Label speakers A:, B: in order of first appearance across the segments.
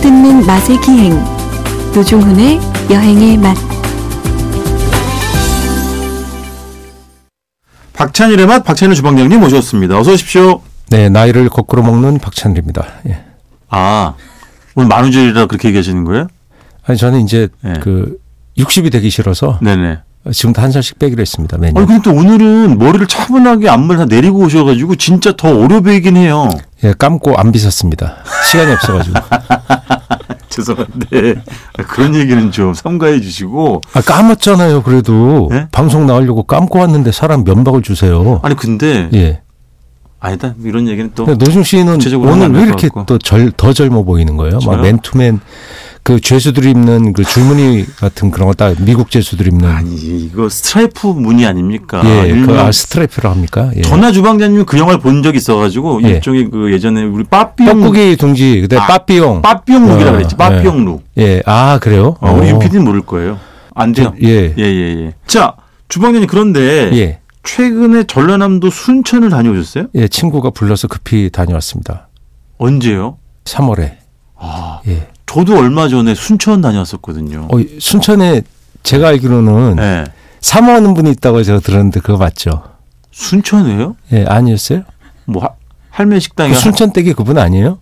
A: 듣는 맛의 기행 노중훈의 여행의 맛
B: 박찬일의 맛 박찬일 주방장님 모셨습니다. 어서 오십시오.
C: 네, 나이를 거꾸로 먹는 박찬일입니다. 예.
B: 아 오늘 만우절이라 그렇게 얘기하시는 거예요?
C: 아니 저는 이제
B: 예.
C: 그 60이 되기 싫어서
B: 네네.
C: 지금도 한 살씩 빼기로 했습니다. 매년.
B: 아니 근데 또 오늘은 머리를 차분하게 앞머리 다 내리고 오셔가지고 진짜 더 어려 보이긴 해요.
C: 예, 감고 안 빗었습니다. 시간이 없어가지고.
B: 죄송한데 아, 그런 얘기는 좀 삼가해 주시고
C: 아, 까맸잖아요. 그래도
B: 예?
C: 방송 나오려고 감고 왔는데 사람 면박을 주세요.
B: 아니 근데
C: 예. 네.
B: 아니다 이런 얘기는 또
C: 근데 노중 씨는
B: 구체적으로
C: 오늘
B: 하면 안
C: 왜
B: 될것
C: 이렇게
B: 같고.
C: 또 절 더 젊어 보이는 거예요?
B: 저요?
C: 막 맨투맨 그 죄수들이 입는 그 줄무늬 같은 그런 거 딱 미국 죄수들이 입는
B: 아니 이거 스트라이프 무늬 아닙니까?
C: 예, 그
B: 일명
C: 아, 스트라이프라 합니까? 예.
B: 전하 주방장님 그 영화를 본 적이 있어가지고
C: 예.
B: 일종의 그 예전에 우리 빠삐용
C: 떡국이 둥지 그때
B: 아,
C: 빠삐용
B: 빠삐용 룩이라고
C: 어,
B: 그랬지 빠삐용 룩.
C: 예, 아 그래요?
B: 어, 우리
C: 어.
B: 윤 PD는 모를 거예요. 안 돼요.
C: 예,
B: 예, 예, 예. 자, 주방장님 그런데
C: 예,
B: 최근에 전라남도 순천을 다녀오셨어요?
C: 예, 친구가 불러서 급히 다녀왔습니다.
B: 언제요?
C: 3월에
B: 아,
C: 예,
B: 저도 얼마 전에 순천 다녀왔었거든요.
C: 어, 순천에 제가 알기로는
B: 예.
C: 사모하는 분이 있다고 제가 들었는데 그거 맞죠?
B: 순천에요?
C: 예, 아니었어요?
B: 뭐 하- 할매 식당이
C: 그 순천 댁이 그분 아니에요?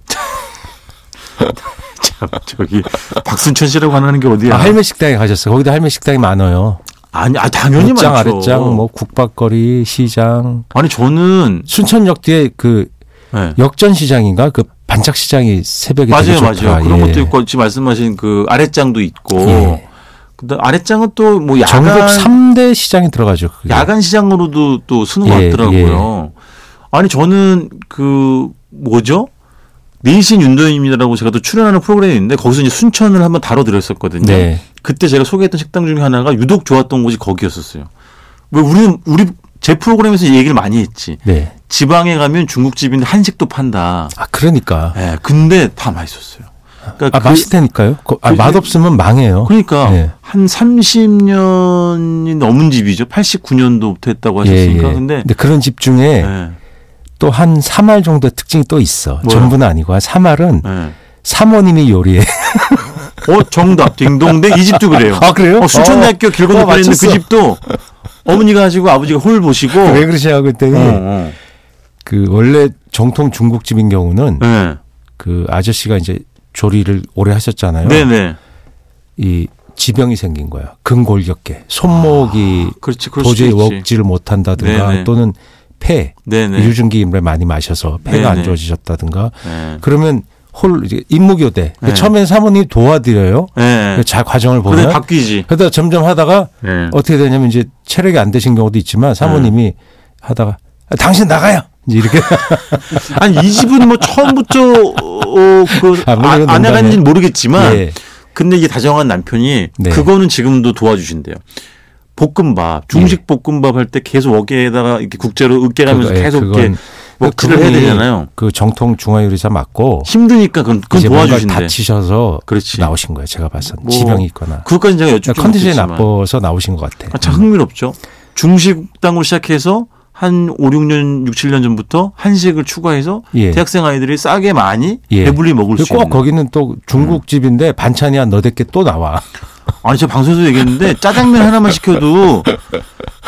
B: 참, 저기 박순천 씨라고 하는 게 어디야?
C: 아, 할매 식당에 가셨어요. 거기도 할매 식당이 많아요.
B: 아니, 아 당연히
C: 옷장
B: 많죠.
C: 아랫장, 뭐 국밥거리, 시장,
B: 아니 저는
C: 순천역 뒤에 그
B: 예.
C: 역전 시장인가 그 반짝 시장이 새벽에 되게
B: 맞아요,
C: 좋다.
B: 맞아요. 그런
C: 예.
B: 것도 있고 지금 말씀하신 그 아랫장도 있고.
C: 예.
B: 근데 아랫장은 또 뭐 야간
C: 전국 3대 시장에 들어가죠. 그게.
B: 네. 야간 시장으로도 또 수능
C: 예,
B: 왔더라고요. 아니 저는 그 뭐죠? 내신 윤도현입니다라고 제가 또 출연하는 프로그램이 있는데 거기서 이제 순천을 한번 다뤄드렸었거든요.
C: 네.
B: 그때 제가 소개했던 식당 중에 하나가 유독 좋았던 곳이 거기였었어요. 왜 우리는 우리 제 프로그램에서 이 얘기를 많이 했지.
C: 네.
B: 지방에 가면 중국집인데 한식도 판다.
C: 아, 그러니까.
B: 예, 근데 다 맛있었어요. 그러니까
C: 아,
B: 그-
C: 맛있다니까요? 거- 아,
B: 그-
C: 맛없으면 망해요.
B: 그러니까
C: 예.
B: 한 30년이 넘은 집이죠. 89년도부터 했다고
C: 예,
B: 하셨으니까. 근데
C: 근데 그런 집 중에
B: 예.
C: 또 한 3알 정도의 특징이 또 있어.
B: 뭐요?
C: 전부는 아니고. 3알은
B: 예.
C: 사모님이 요리해.
B: 어 정답 딩동댕 이 집도 그래요.
C: 아, 그래요?
B: 어, 순천대학교
C: 어.
B: 길 건너편에
C: 어,
B: 있는 그
C: 맞췄어.
B: 집도 어머니가 하시고 아버지가 홀 보시고.
C: 왜 그러시냐고 그랬더니
B: 어, 어.
C: 그 원래 정통 중국집인 경우는
B: 네.
C: 그 아저씨가 이제 조리를 오래 하셨잖아요.
B: 네네.
C: 이 지병이 생긴 거야. 근골격계. 손목이
B: 아, 그렇지 그럴
C: 도저히
B: 수도 있지.
C: 먹지를 못한다든가
B: 네네. 또는
C: 또는 폐,
B: 네네.
C: 유증기 인물 많이 마셔서
B: 네네.
C: 폐가 안 좋아지셨다든가
B: 네.
C: 그러면 홀 이제 임무교대 그
B: 네.
C: 처음엔 사모님이 도와드려요.
B: 네.
C: 그자 과정을
B: 그래
C: 보면
B: 바뀌지.
C: 그러다 점점 하다가
B: 네.
C: 어떻게 되냐면 이제 체력이 안 되신 경우도 있지만 사모님이 하다가 아, 당신 나가요. 이제 이렇게
B: 아니 이 집은 뭐 처음부터 어, 그
C: 아, 물론
B: 아, 아내가
C: 농담이에요.
B: 는지는 모르겠지만
C: 예.
B: 근데 이게 다정한 남편이
C: 네.
B: 그거는 지금도 도와주신대요. 볶음밥, 중식 볶음밥 할 때 계속 어깨에다가 이렇게 국자로 으깨가면서
C: 예. 그거, 예,
B: 계속 이렇게
C: 그건-
B: 먹칠을 해야
C: 그분이
B: 되잖아요.
C: 그 정통 중화요리사 맞고
B: 힘드니까 그건, 그건
C: 이제 뭔가
B: 도와주신대.
C: 다치셔서
B: 그렇지.
C: 나오신 거예요. 제가 봤을 때
B: 뭐,
C: 지병이 있거나
B: 그것까지 제가 여쭙지
C: 그러니까 컨디션이
B: 못했지만.
C: 나빠서 나오신 것 같아.
B: 아, 참 흥미롭죠. 중식당으로 시작해서 한 5, 6년, 6, 7년 전부터 한식을 추가해서
C: 예.
B: 대학생 아이들이 싸게 많이
C: 예.
B: 배불리 먹을
C: 그리고
B: 수
C: 꼭
B: 있는. 음.
C: 거기는 또 중국집인데 반찬이 한 너댓 개 또 나와.
B: 아니 제가 방송에서 얘기했는데 짜장면 하나만 시켜도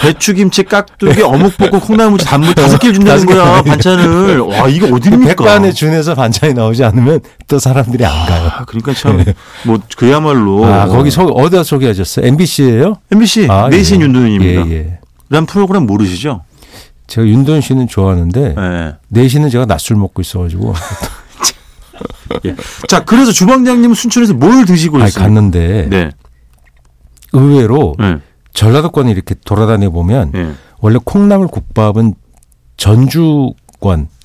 B: 배추김치, 깍두기, 어묵볶음, 콩나물무치, 단무 다섯 개를 준다는
C: 다섯 개
B: 거야
C: 나와요.
B: 반찬을. 와 이게 어딥니까?
C: 백반에 준해서 반찬이 나오지 않으면 또 사람들이 안 가요.
B: 아, 그러니까 참 뭐 그야말로
C: 예. 아, 거기 소, 어디다 소개하셨어요? MBC예요?
B: MBC
C: 아,
B: 네. 내신
C: 예.
B: 윤도현입니다.
C: 예, 예.
B: 난 프로그램 모르시죠?
C: 제가 윤돈 씨는 좋아하는데
B: 예.
C: 내신은 제가 낮술 먹고 있어가지고
B: 예. 자 그래서 주방장님은 순천에서 뭘 드시고
C: 아니,
B: 있어요?
C: 갔는데
B: 네.
C: 의외로
B: 예.
C: 전라도권을 이렇게 돌아다녀 보면
B: 예.
C: 원래 콩나물 국밥은 전주권,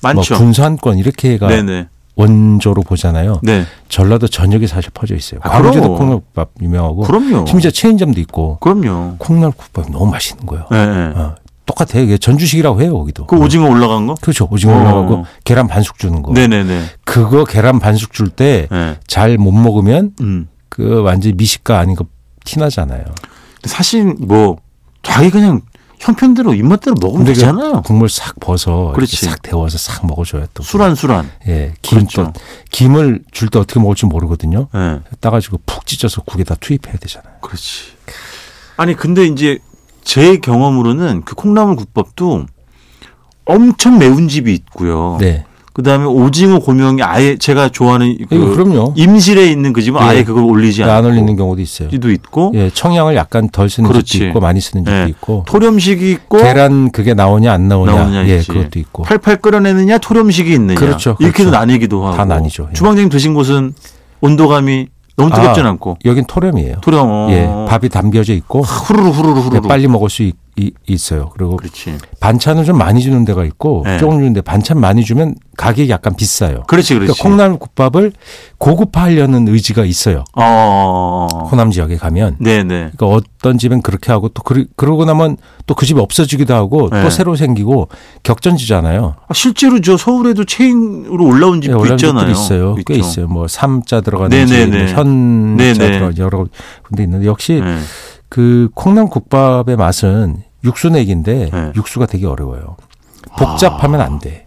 C: 뭐
B: 많죠.
C: 군산권 이렇게가
B: 네네.
C: 원조로 보잖아요.
B: 네.
C: 전라도 전역에 사실 퍼져 있어요.
B: 아,
C: 광주도
B: 그럼.
C: 콩나물국밥 유명하고
B: 그럼요.
C: 심지어 체인점도 있고
B: 그럼요.
C: 콩나물국밥이 너무 맛있는 거예요.
B: 예. 예.
C: 어, 똑같아요. 이게 전주식이라고 해요, 거기도.
B: 그 오징어 올라간 거?
C: 그렇죠. 오징어
B: 어.
C: 올라가고 계란 반숙 주는
B: 뭐.
C: 거.
B: 네네네.
C: 그거 계란 반숙 줄 때 잘 못
B: 예.
C: 먹으면
B: 음.
C: 그 완전 히 미식가 아닌 거 티나잖아요.
B: 사실 뭐 자기 그냥 형편대로 입맛대로 먹으면
C: 근데 그
B: 되잖아요.
C: 국물 싹 벗어.
B: 어. 그렇지.
C: 이렇게 싹 데워서 싹 먹어줘야 또.
B: 술안 술안.
C: 예, 김
B: 그렇죠.
C: 또 김을 줄 때 어떻게 먹을지 모르거든요.
B: 예.
C: 따가지고 푹 찢어서 국에다 투입해야 되잖아요.
B: 그렇지. 아니 근데 이제 제 경험으로는 그 콩나물 국밥도 엄청 매운 집이 있고요.
C: 네,
B: 그다음에 오징어 고명이 아예 제가 좋아하는 그
C: 이거 그럼요.
B: 임실에 있는 그 집은
C: 예.
B: 아예 그걸 올리지 않고
C: 안 올리는 경우도 있어요.
B: 집도 있고
C: 예, 청양을 약간 덜 쓰는
B: 그렇지.
C: 집도 있고 많이 쓰는 집도
B: 예.
C: 있고
B: 토렴식이 있고
C: 계란 그게 나오냐 안 나오냐,
B: 나오냐
C: 예,
B: 있지.
C: 그것도 있고
B: 팔팔 끓여내느냐 토렴식이 있느냐
C: 그렇죠,
B: 이렇게도
C: 그렇죠.
B: 나뉘기도 하고
C: 다 나뉘죠, 예.
B: 주방장님 드신 곳은 온도감이 너무 뜨겁진
C: 아,
B: 않고
C: 여긴 토렴이에요.
B: 토렴 어.
C: 예, 밥이 담겨져 있고
B: 후루루 후루루
C: 예,
B: 후루루
C: 빨리 먹을 수 있, 어요 그리고
B: 그렇지
C: 반찬을 좀 많이 주는 데가 있고
B: 예.
C: 조금 주는데 반찬 많이 주면 가격이 약간 비싸요.
B: 그렇지
C: 그러니까
B: 그렇지
C: 콩나물 국밥을 고급화하려는 의지가 있어요.
B: 어, 어, 어.
C: 호남 지역에 가면
B: 네네
C: 그러니까 어떤 집엔 그렇게 하고 또 그리, 그러고 나면 또 그 집이 없어지기도 하고
B: 네.
C: 또 새로 생기고 격전지잖아요.
B: 아, 실제로 저 서울에도 체인으로 올라온 집도
C: 원래
B: 있잖아요
C: 집들이 예, 있어요. 꽤
B: 있죠.
C: 있어요. 뭐 삼자 들어가는지 뭐
B: 네, 네, 네. 네,
C: 현자
B: 네.
C: 들어가 여러 군데 있는데 역시
B: 예.
C: 그 콩나물국밥의 맛은 육수 내기인데
B: 네.
C: 육수가 되게 어려워요. 복잡하면 안 돼.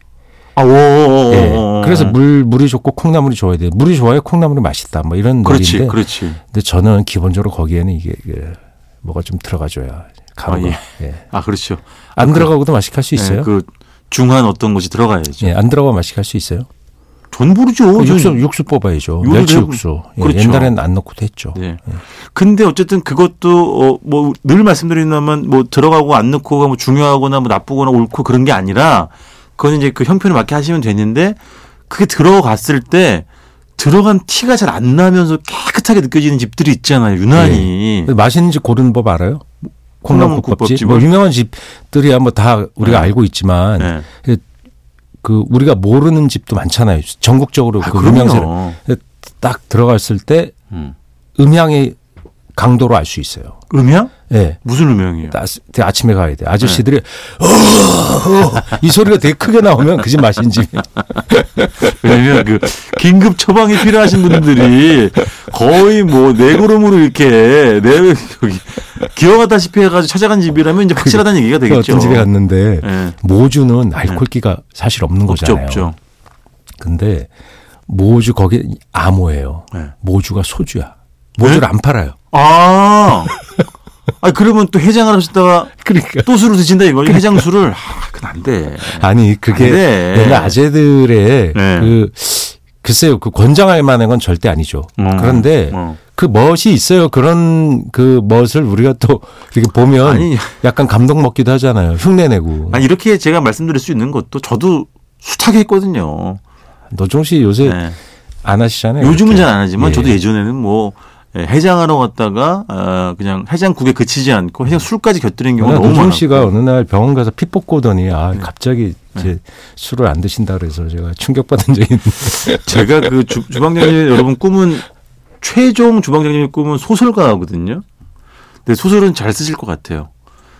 B: 아, 오, 오, 오,
C: 예.
B: 오, 오.
C: 그래서 물 물이 좋고 콩나물이 좋아야 돼. 물이 좋아야 콩나물이 맛있다. 뭐 이런
B: 그렇지,
C: 논리인데
B: 그렇지.
C: 근데 저는 기본적으로 거기에는 이게 그 뭐가 좀 들어가줘야 가루가
B: 아,
C: 예.
B: 아, 그렇죠.
C: 안
B: 그-
C: 들어가고도 맛있게 할 수 있어요.
B: 예, 그 중한 어떤 것이 들어가야죠.
C: 예, 안 들어가 맛있게 할 수 있어요.
B: 전 모르죠.
C: 그
B: 전-
C: 육수 육수 뽑아야죠.
B: 요리도
C: 멸치
B: 해보-
C: 육수. 예,
B: 그렇죠.
C: 옛날엔 안 넣고도 했죠.
B: 네. 근데 어쨌든 그것도 어 뭐 늘 말씀드리지만 뭐 들어가고 안 넣고가 뭐 중요하거나 뭐 나쁘거나 옳고 그런 게 아니라 그건 이제 그 형편에 맞게 하시면 되는데 그게 들어갔을 때 들어간 티가 잘 안 나면서 깨끗하게 느껴지는 집들이 있잖아요. 유난히.
C: 근데 예. 맛있는 집 고르는 법 알아요?
B: 콩나물 국밥집을?
C: 콩나물국밥집. 뭐 유명한 집들이야 뭐 다 우리가
B: 네.
C: 알고 있지만
B: 네.
C: 그 우리가 모르는 집도 많잖아요. 전국적으로
B: 아,
C: 그
B: 그럼요.
C: 음향세를 딱 들어갔을 때
B: 음.
C: 음향의 강도로 알 수 있어요.
B: 음향?
C: 예.
B: 무슨 음향이에요?
C: 나- 되게 아침에 가야 돼. 아저씨들이
B: 네.
C: 어, 이 소리가 되게 크게 나오면 그 집 맛인지.
B: 왜냐면 그 긴급 처방이 필요하신 분들이 거의 뭐 네그룹으로 이렇게 네 여기 기어가다시피 해가지고 찾아간 집이라면 이제 확실하다는 얘기가 되겠죠.
C: 그 어떤 집에 갔는데
B: 예.
C: 모주는 알코올기가 사실 없는
B: 없죠,
C: 거잖아요.
B: 없죠.
C: 근데 모주 거기 암호예요.
B: 네.
C: 모주가 소주야. 모주를
B: 네?
C: 안 팔아요.
B: 아, 아 그러면 또 해장을 하셨다가
C: 그러니까
B: 또 술을 드신다 이거 죠 해장 술을 아, 그건 안 돼.
C: 아니 그게
B: 안 돼.
C: 옛날 아재들의
B: 네.
C: 그 글쎄요 그 권장할 만한 건 절대 아니죠.
B: 음,
C: 그런데
B: 어.
C: 그 멋이 있어요. 그런 그 멋을 우리가 또 이렇게 보면
B: 아니.
C: 약간 감동 먹기도 하잖아요. 흉내내고.
B: 아니 이렇게 제가 말씀드릴 수 있는 것도 저도 숱하게 했거든요.
C: 노종 씨 요새
B: 네.
C: 안 하시잖아요.
B: 요즘은
C: 이렇게.
B: 잘 안 하지만
C: 예.
B: 저도 예전에는 뭐 예, 해장하러 갔다가 아, 그냥 해장국에 그치지 않고 해장 술까지 곁들인 경우가 너무 많아요. 네.
C: 노종 씨가 어느 날 병원 가서 피 뽑고 오더니 아 갑자기 이제 술을 안 드신다 그래서 제가 충격받은 적이 있는데
B: 제가 그 주, 주방장님 여러분 꿈은 최종 주방장님의 꿈은 소설가거든요. 근데 소설은 잘 쓰실 것 같아요.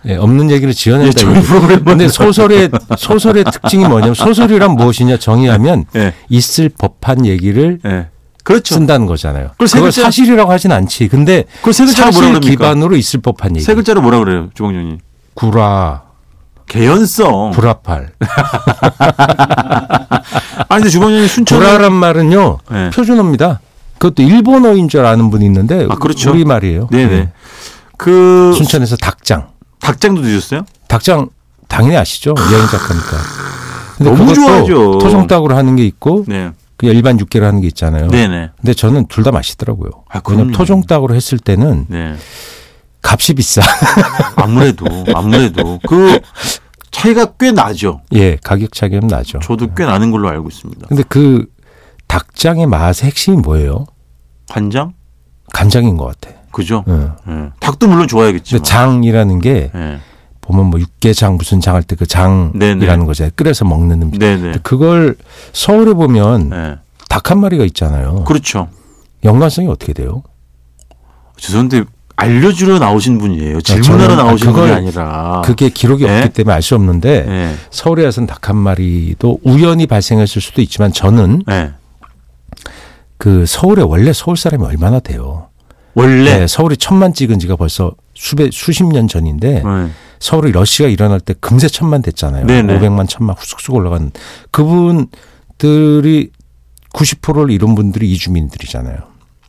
C: 예, 없는 얘기를 지어낸다.
B: 예, 저희
C: 이거죠.
B: 프로그램은-
C: 근데 소설의 소설의 특징이 뭐냐면 소설이란 무엇이냐 정의하면
B: 예,
C: 있을 법한 얘기를
B: 예, 그렇죠.
C: 쓴다는 거잖아요.
B: 그걸
C: 그걸
B: 세 글자-
C: 사실이라고 하진 않지. 근데
B: 그걸 세 글자로 뭐라
C: 사실
B: 그럽니까?
C: 기반으로 있을 법한 얘기.
B: 세 글자로 뭐라 그래요, 주방장님?
C: 구라,
B: 개연성.
C: 구라팔.
B: 아니 근데 주방장님 순천.
C: 구라란 말은요
B: 네.
C: 표준어입니다. 그것도 일본어인 줄 아는 분이 있는데
B: 아, 그렇죠.
C: 우리 말이에요.
B: 네네. 그
C: 음. 순천에서 닭장,
B: 닭장도 드셨어요?
C: 닭장 당연히 아시죠 여행 작가니까. 근데
B: 너무
C: 그것도
B: 좋아하죠.
C: 토종닭으로 하는 게 있고
B: 네.
C: 그냥 일반 육개로 하는 게 있잖아요.
B: 네네.
C: 근데 저는 둘 다 맛있더라고요.
B: 아, 그럼요.
C: 왜냐면 토종닭으로 했을 때는
B: 네.
C: 값이 비싸.
B: 아무래도 아무래도 그 차이가 꽤 나죠.
C: 예, 가격 차이가 좀 나죠.
B: 저도 꽤 나는 걸로 알고 있습니다.
C: 근데 그 닭장의 맛의 핵심이 뭐예요?
B: 관장?
C: 간장인 것 같아.
B: 그죠?
C: 응.
B: 예. 닭도 물론
C: 근데
B: 좋아야겠지만.
C: 장이라는 게
B: 예.
C: 보면 뭐 육개장 무슨 장 할 때 그
B: 네네.
C: 장이라는 거잖아요. 끓여서 먹는 음식.
B: 네네.
C: 근데 그걸 서울에 보면
B: 예.
C: 닭 한 마리가 있잖아요.
B: 그렇죠.
C: 연관성이 어떻게 돼요?
B: 죄송한데 알려주러 나오신 분이에요. 질문하러
C: 네, 저는 아,
B: 나오신
C: 그걸-
B: 분이 아니라.
C: 그게 기록이
B: 네.
C: 없기 때문에 알 수 없는데
B: 예.
C: 서울에 와서는 닭 한 마리도 우연히 발생했을 수도 있지만 저는
B: 예.
C: 그 서울에 원래 서울 사람이 얼마나 돼요?
B: 원래.
C: 네, 서울이 천만 찍은 지가 벌써 수백 수십 년 전인데
B: 예.
C: 서울이 러시가 일어날 때 금세 천만 됐잖아요.
B: 네네.
C: 500만 천만 후쑥쑥 올라간 그분들이 90%를 잃은 분들이 이주민들이잖아요.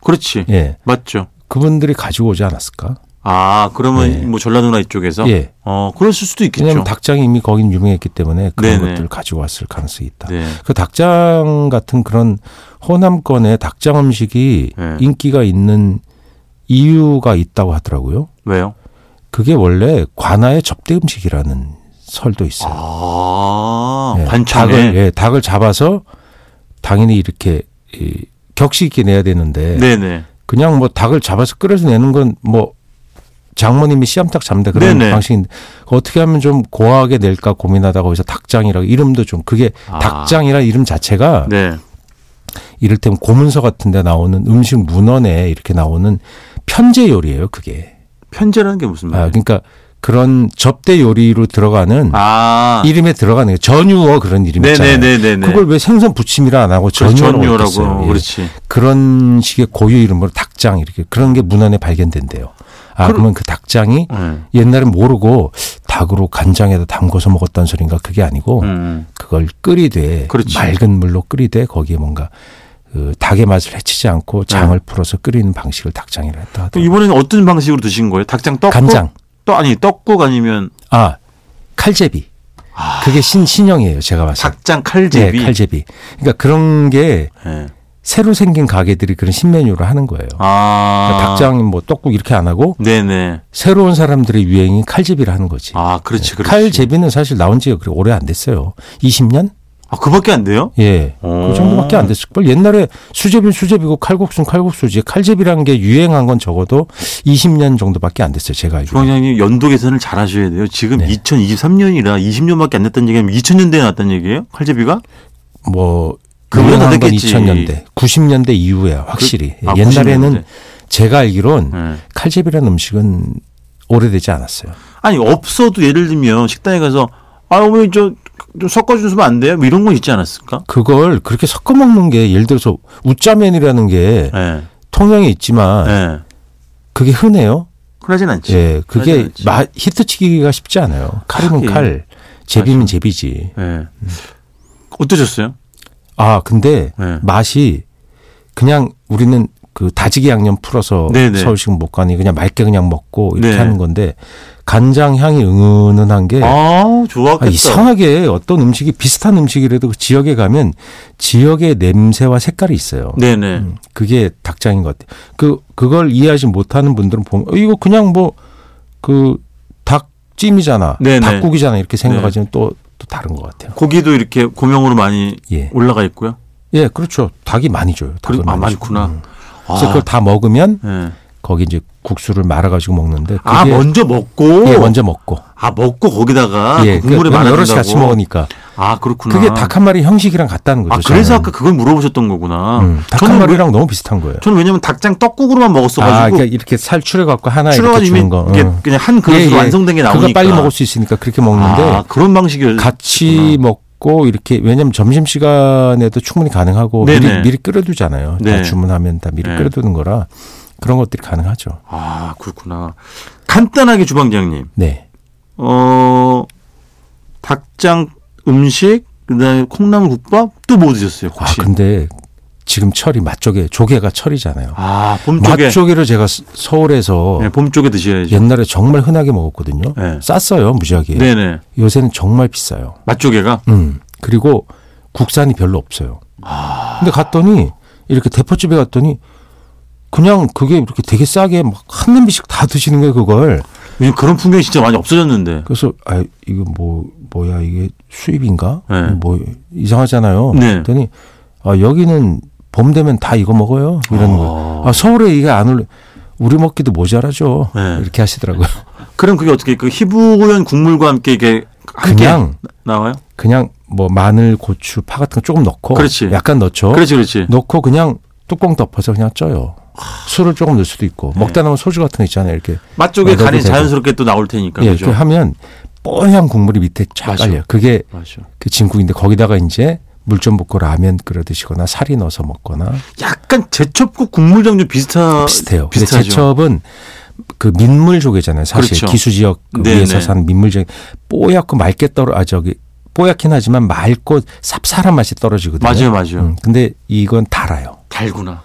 B: 그렇지.
C: 예.
B: 맞죠.
C: 그분들이 가지고 오지 않았을까?
B: 아, 그러면
C: 네.
B: 뭐 전라도나 이쪽에서
C: 예.
B: 어, 그랬을 수도 있겠죠.
C: 왜냐하면 닭장이 이미 거긴 유명했기 때문에 그런
B: 네네.
C: 것들을 가지고 왔을 가능성이 있다.
B: 네.
C: 그 닭장 같은 그런 호남권의 닭장 음식이
B: 네.
C: 인기가 있는 이유가 있다고 하더라고요.
B: 왜요?
C: 그게 원래 관아의 접대 음식이라는 설도 있어요.
B: 아,
C: 예,
B: 관창에
C: 닭을, 예, 닭을 잡아서 당연히 이렇게 이, 격식 있게 내야 되는데
B: 네네.
C: 그냥 뭐 닭을 잡아서 끓여서 내는 건 뭐 장모님이 씨암탉 잡는다 그런
B: 네네.
C: 방식인데 어떻게 하면 좀 고하게 낼까 고민하다가 거기서 닭장이라고 이름도 좀 그게
B: 아.
C: 닭장이라는 이름 자체가
B: 네.
C: 이를테면 고문서 같은 데 나오는 음식 문헌에 이렇게 나오는 편제 요리예요 그게
B: 편제라는 게 무슨
C: 아,
B: 말이에요?
C: 그러니까 그런 접대 요리로 들어가는
B: 아,
C: 이름에 들어가는 게 전유어 그런 이름 있잖아요
B: 네네네네네.
C: 그걸 왜 생선 부침이라 안 하고
B: 그래서
C: 전유어라고 예,
B: 전유라고. 그렇죠. 그렇지.
C: 그런 식의 고유 이름으로 닭장 이렇게 그런 게 문헌에 발견된대요. 아
B: 그럼-
C: 그러면그 닭장이
B: 음.
C: 옛날에 모르고 닭으로 간장에다 담궈서 먹었다는 소린가 그게 아니고
B: 음.
C: 그걸 끓이되
B: 그렇지.
C: 맑은 물로 끓이되 거기에 뭔가 그 닭의 맛을 해치지 않고 장을 풀어서 끓이는 방식을 닭장이라 했다.
B: 네. 그럼
C: 하더라고요.
B: 이번에는 어떤 방식으로 드신 거예요? 닭장 떡국?
C: 간장
B: 떡 아니 떡국 아니면
C: 아 칼제비 그게 신 신형이에요 제가 봤을 때.
B: 아. 닭장 칼제비.
C: 네, 칼제비. 그러니까 그런 게
B: 예.
C: 새로 생긴 가게들이 그런 신메뉴를 하는 거예요.
B: 아,
C: 그러니까 닭장 뭐 떡국 이렇게 안 하고
B: 네네.
C: 새로운 사람들의 유행이 칼제비를 하는 거지.
B: 아, 그렇지, 그렇지.
C: 칼제비는 사실 나온 지가 그리 오래 안 됐어요. 20년?
B: 아, 그밖에 안 돼요?
C: 예.
B: 오.
C: 그 정도밖에 안 됐을 걸. 옛날에 수제비는 수제비고 칼국수는 칼국수지. 칼제비라는 게 유행한 건 적어도 20년 정도밖에 안 됐어요. 제가 알기로.
B: 주방장님 연도 계산을 잘 하셔야 돼요. 지금
C: 네.
B: 2023년이라 20년밖에 안 됐다는 얘기하면 2000년대에 났다는 얘기예요? 칼제비가?
C: 뭐
B: 그보다
C: 유행한 건
B: 됐겠지.
C: 2000년대, 90년대 이후야 확실히.
B: 그- 아,
C: 옛날에는
B: 90년대.
C: 제가 알기론
B: 네.
C: 칼제비라는 음식은 오래되지 않았어요.
B: 아니, 없어도 예를 들면 식당에 가서 아, 어머니 저, 좀 섞어주시면 안 돼요? 뭐 이런 건 있지 않았을까?
C: 그걸 그렇게 섞어 먹는 게 예를 들어서 우짜면이라는
B: 예.
C: 게
B: 네.
C: 통영에 있지만 그게 흔해요.
B: 예. 그러진 않지.
C: 아. 예, 그게
B: 그렇지.
C: 마, 히트치기가 쉽지 않아요. 칼이면
B: 하긴.
C: 칼, 제비면 제비지.
B: 예. 어떠셨어요?
C: 아, 근데
B: 네.
C: 맛이 그냥 우리는 그 다지기 양념 풀어서
B: 네네.
C: 서울식 못 가니 그냥 맑게 그냥 먹고 이렇게
B: 네.
C: 하는 건데 간장 향이 은은한 게
B: 아,
C: 아,
B: 좋았겠다.
C: 이상하게 어떤 음식이 비슷한 음식이라도 그 지역에 가면 지역의 냄새와 색깔이 있어요.
B: 네네.
C: 음, 그게 닭장인 것 같아요. 그 그걸 이해하지 못하는 분들은 보면 어, 이거 그냥 뭐 그 닭찜이잖아,
B: 네네. 네.
C: 닭국이잖아 이렇게 생각하지만 또 또 다른 것 같아요.
B: 고기도 이렇게 고명으로 많이
C: 예,
B: 올라가 있고요.
C: 예, 그렇죠. 닭이 많이 줘요. 닭을
B: 그리고 아,
C: 많이
B: 많구나.
C: 줘요. 음.
B: 아,
C: 그래서 그걸 다 먹으면
B: 예.
C: 거기 이제 국수를 말아가지고 먹는데 그게
B: 아 먼저 먹고
C: 예, 먼저 먹고
B: 아 먹고 거기다가
C: 예,
B: 그 국물에
C: 그건
B: 말아
C: 여럿이
B: 준다고.
C: 같이 먹으니까
B: 아 그렇구나.
C: 그게 닭 한 마리 형식이랑 같다는 거죠.
B: 아 그래서
C: 저는.
B: 아까 그걸 물어보셨던 거구나.
C: 음, 닭한
B: 저는 왜-
C: 마리랑 너무 비슷한 거예요.
B: 저는 왜냐면 닭장 떡국으로만
C: 아,
B: 먹었어가지고
C: 그러니까 이렇게 살 추려갖고 하나 이렇게
B: 추러가지고
C: 주는 거.
B: 이게
C: 음.
B: 그냥 한 그릇으로
C: 예, 예.
B: 완성된 게 나오니까
C: 그거 빨리 먹을 수 있으니까 그렇게 먹는데
B: 아, 그런 방식이
C: 같이 먹고 이렇게 왜냐면 점심 시간에도 충분히 가능하고
B: 네네.
C: 미리 미리 끓여두잖아요. 다
B: 네.
C: 주문하면 다 미리
B: 네.
C: 끓여두는 거라 그런 것들이 가능하죠.
B: 아 그렇구나. 간단하게 주방장님
C: 네,
B: 어 닭장 음식 그다음에 콩나물국밥 또 뭐 드셨어요 혹시?
C: 아 근데 지금 철이 맛조개 조개가 철이잖아요.
B: 아, 봄 쪽에
C: 맛조개를 제가 스- 서울에서
B: 네, 봄 쪽에 드셔야죠.
C: 옛날에 정말 흔하게 먹었거든요.
B: 네.
C: 쌌어요 무지하게.
B: 네네.
C: 요새는 정말 비싸요.
B: 맛조개가
C: 음. 그리고 국산이 별로 없어요.
B: 아.
C: 근데 갔더니 이렇게 대포집에 갔더니 그냥 그게 이렇게 되게 싸게 막 한 냄비씩 다 드시는 거예요, 그걸.
B: 요즘 그런 풍경이 진짜 많이 없어졌는데.
C: 그래서 아, 이거 뭐 뭐야 이게 수입인가?
B: 네.
C: 뭐 이상하잖아요.
B: 네.
C: 그랬더니 아, 여기는 봄 되면 다 이거 먹어요. 이러는 거예요. 아, 서울에 이게 안 올려 우리 먹기도 모자라죠.
B: 네.
C: 이렇게 하시더라고요.
B: 그럼 그게 어떻게 그 희부고연 국물과 함께 이게 함께
C: 그냥
B: 나와요?
C: 그냥 뭐 마늘, 고추, 파 같은 거 조금 넣고
B: 그렇지.
C: 약간 넣죠.
B: 그렇지, 아. 그렇지.
C: 넣고 그냥 뚜껑 덮어서 그냥 쪄요. 술을 조금 넣을 수도
B: 네.
C: 있고 먹다 남은 소주 같은 거 있잖아요. 이렇게
B: 맛조개
C: 넣어도
B: 간이
C: 되고.
B: 자연스럽게 또 나올 테니까
C: 예,
B: 그죠?
C: 이렇게 하면 뽀얀 국물이 밑에 쫙
B: 맞아.
C: 깔려요. 그게
B: 맞아.
C: 그 진국인데 거기다가 이제 물 좀 붓고 라면 끓여 드시거나 살이 넣어서 먹거나
B: 약간 제첩국 국물장 좀 비슷하
C: 비슷해요. 근데
B: 비슷하죠.
C: 제첩은 그 민물 조개잖아요. 사실
B: 그렇죠.
C: 기수 지역 그
B: 네네.
C: 위에서 산 민물 조개 뽀얗고 맑게 떨어 아 저기 뽀얗긴 하지만 맑고 쌉쌀한 맛이 떨어지거든요.
B: 맞아요, 맞아요.
C: 음, 근데 이건 달아요.
B: 달구나.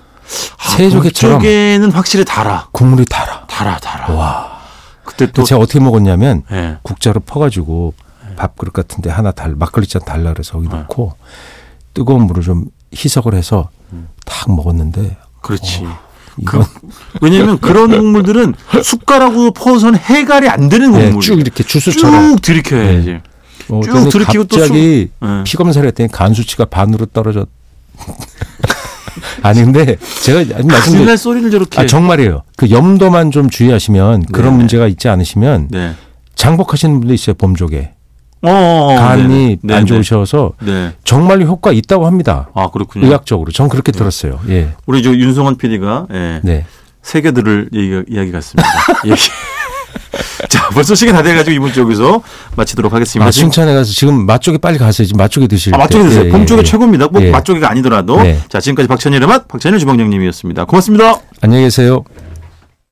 B: 아,
C: 새조개처럼.
B: 쪽에는 확실히 달아.
C: 국물이 달아.
B: 달아, 달아.
C: 와.
B: 그때 또
C: 또 제가 어떻게 먹었냐면
B: 예.
C: 국자로 퍼가지고 밥그릇 같은데 하나 달 막걸리 잔 달라 그래서 거기
B: 네.
C: 넣고 뜨거운 물을 좀 희석을 해서
B: 음.
C: 탁 먹었는데
B: 그렇지.
C: 어, 이거
B: 그, 왜냐면 그런 국물들은 숟가락으로 퍼서는 해갈이 안 되는
C: 네,
B: 국물.
C: 쭉 이렇게 주스처럼
B: 쭉 들이켜야지.
C: 어,
B: 쭉
C: 근데
B: 들이키고 또
C: 갑자기
B: 예.
C: 피 검사를 했더니 간 수치가 반으로 떨어졌. 아니 근데 제가 아직 말씀드린
B: 옛날 그 소리를 저렇게.
C: 아 정말이에요. 그 염도만 좀 주의하시면 그런
B: 네.
C: 문제가 있지 않으시면
B: 네.
C: 장복하시는 분도 있어요 범족에
B: 어, 어, 어, 네네.
C: 간이
B: 네네.
C: 안 좋으셔서
B: 네.
C: 정말로 효과 있다고 합니다.
B: 아 그렇군요.
C: 의학적으로 전 그렇게
B: 네.
C: 들었어요. 예,
B: 우리 저 윤성환 PD가 예.
C: 네.
B: 세계 들을 얘기, 이야기 같습니다. 얘기. 자, 벌써 시간 다 돼가지고 이번 주 여기서 마치도록 하겠습니다.
C: 아,
B: 지금-
C: 순천에 가서 지금 맛조개 빨리 가세요. 지금 맛조개 드실
B: 아, 맛조개
C: 때.
B: 드세요.
C: 예,
B: 봄조개
C: 예, 예.
B: 최고입니다. 뭐
C: 예.
B: 맛조개가 아니더라도.
C: 네.
B: 자, 지금까지 박찬일의 맛, 박찬일 주방장님이었습니다. 고맙습니다.
C: 안녕히 계세요.